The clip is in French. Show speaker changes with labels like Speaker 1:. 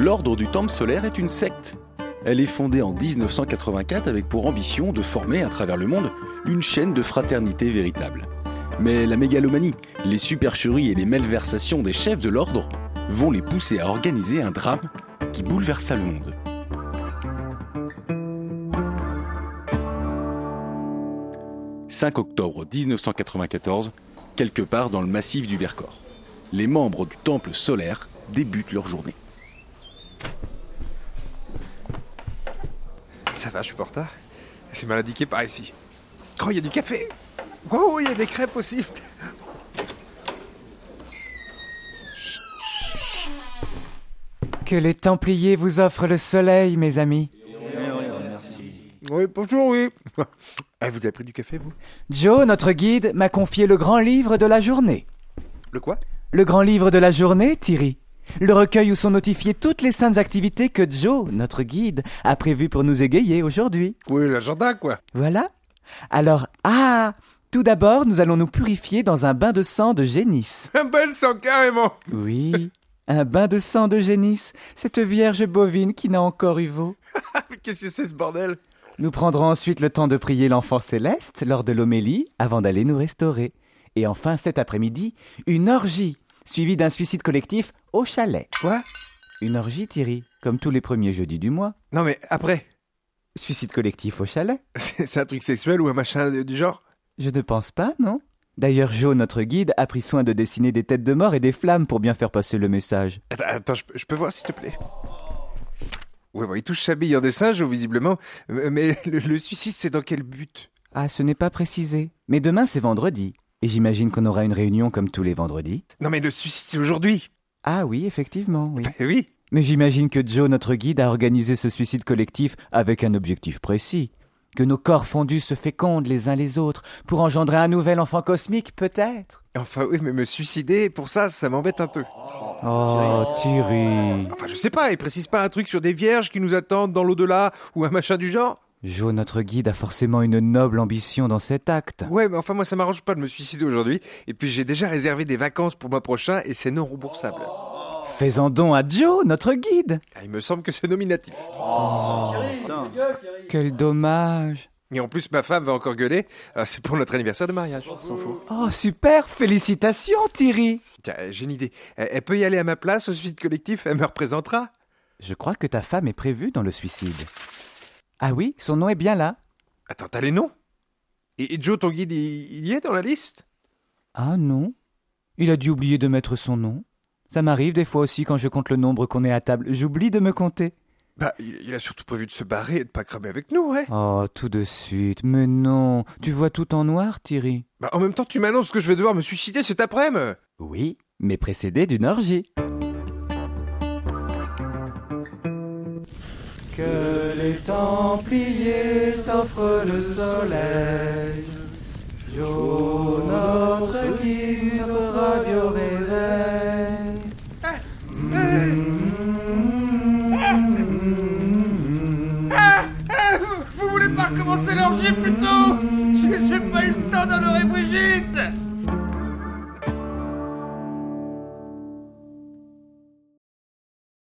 Speaker 1: L'Ordre du Temple solaire est une secte. Elle est fondée en 1984 avec pour ambition de former à travers le monde une chaîne de fraternité véritable. Mais la mégalomanie, les supercheries et les malversations des chefs de l'ordre vont les pousser à organiser un drame qui bouleversa le monde. « 5 octobre 1994, quelque part dans le massif du Vercors. Les membres du temple solaire débutent leur journée.
Speaker 2: Ça va, je suis pas en retard. C'est mal indiqué par ici. Oh, il y a du café Wow, il y a des crêpes aussi
Speaker 3: Que les Templiers vous offrent le soleil, mes amis.
Speaker 2: Oui, bonjour, oui Ah, Vous avez pris du café, vous
Speaker 3: Joe, notre guide, m'a confié le grand livre de la journée.
Speaker 2: Le quoi
Speaker 3: Le grand livre de la journée, Thierry. Le recueil où sont notifiées toutes les saintes activités que Joe, notre guide, a prévues pour nous égayer aujourd'hui.
Speaker 2: Oui, l'agenda, quoi
Speaker 3: Voilà. Alors, ah Tout d'abord, nous allons nous purifier dans un bain de sang de génisse.
Speaker 2: Un bel sang, carrément
Speaker 3: Oui, un bain de sang de génisse, cette vierge bovine qui n'a encore eu veau.
Speaker 2: Ah, mais qu'est-ce que c'est, ce bordel
Speaker 3: Nous prendrons ensuite le temps de prier l'enfant céleste lors de l'homélie avant d'aller nous restaurer. Et enfin, cet après-midi, une orgie, suivie d'un suicide collectif au chalet.
Speaker 2: Quoi
Speaker 3: Une orgie, Thierry, comme tous les premiers jeudis du mois.
Speaker 2: Non, mais après
Speaker 3: Suicide collectif au chalet
Speaker 2: C'est c'est un truc sexuel ou un machin de- du genre
Speaker 3: Je ne pense pas, non D'ailleurs, Joe, notre guide, a pris soin de dessiner des têtes de mort et des flammes pour bien faire passer le message.
Speaker 2: Attends, attends, je, peux- je peux voir, s'il te plaît Ouais, bon, il touche sa bille en dessin, Joe, visiblement. Euh, Mais le, le suicide, c'est dans quel but
Speaker 3: Ah, ce n'est pas précisé. Mais demain, c'est vendredi. Et j'imagine qu'on aura une réunion comme tous les vendredis.
Speaker 2: Non, mais le suicide, c'est aujourd'hui
Speaker 3: Ah oui, effectivement, oui.
Speaker 2: Eh oui
Speaker 3: Mais j'imagine que Joe, notre guide, a organisé ce suicide collectif avec un objectif précis. Que nos corps fondus se fécondent les uns les autres pour engendrer un nouvel enfant cosmique, peut-être.
Speaker 2: Enfin, oui, mais me suicider, pour ça, ça m'embête un peu.
Speaker 3: Oh, Thierry.
Speaker 2: Enfin, je sais pas, il précise pas un truc sur des vierges qui nous attendent dans l'au-delà ou un machin du genre
Speaker 3: Joe, notre guide, a forcément une noble ambition dans cet acte.
Speaker 2: Ouais, mais enfin, moi, ça m'arrange pas de me suicider aujourd'hui. Et puis, j'ai déjà réservé des vacances pour mois prochain et c'est non remboursable.
Speaker 3: Fais-en don à Joe, notre guide.
Speaker 2: Ah, il me semble que c'est nominatif.
Speaker 3: Quel dommage.
Speaker 2: Et en plus, ma femme va encore gueuler. euh, c'est pour notre anniversaire de mariage. On s'en fout.
Speaker 3: Oh, super. Félicitations, Thierry.
Speaker 2: Tiens, euh, j'ai une idée. Elle, elle peut y aller à ma place au suicide collectif, elle me représentera.
Speaker 3: Je crois que ta femme est prévue dans le suicide. Ah oui, son nom est bien là.
Speaker 2: Attends, t'as les noms et, et Joe, ton guide, il, il y est dans la liste
Speaker 3: Ah non. Il a dû oublier de mettre son nom. Ça m'arrive des fois aussi quand je compte le nombre qu'on est à table. J'oublie de me compter.
Speaker 2: Bah, il, il a surtout prévu de se barrer et de pas cramer avec nous, ouais.
Speaker 3: Oh, tout de suite. Mais non. Tu vois tout en noir, Thierry
Speaker 2: Bah, en même temps, tu m'annonces que je vais devoir me suicider cet après-midi.
Speaker 3: Oui, mais précédé d'une orgie. Que les Templiers t'offrent le soleil. Jour notre guide, notre radio réveil.
Speaker 4: Vous voulez pas recommencer l'orgie plutôt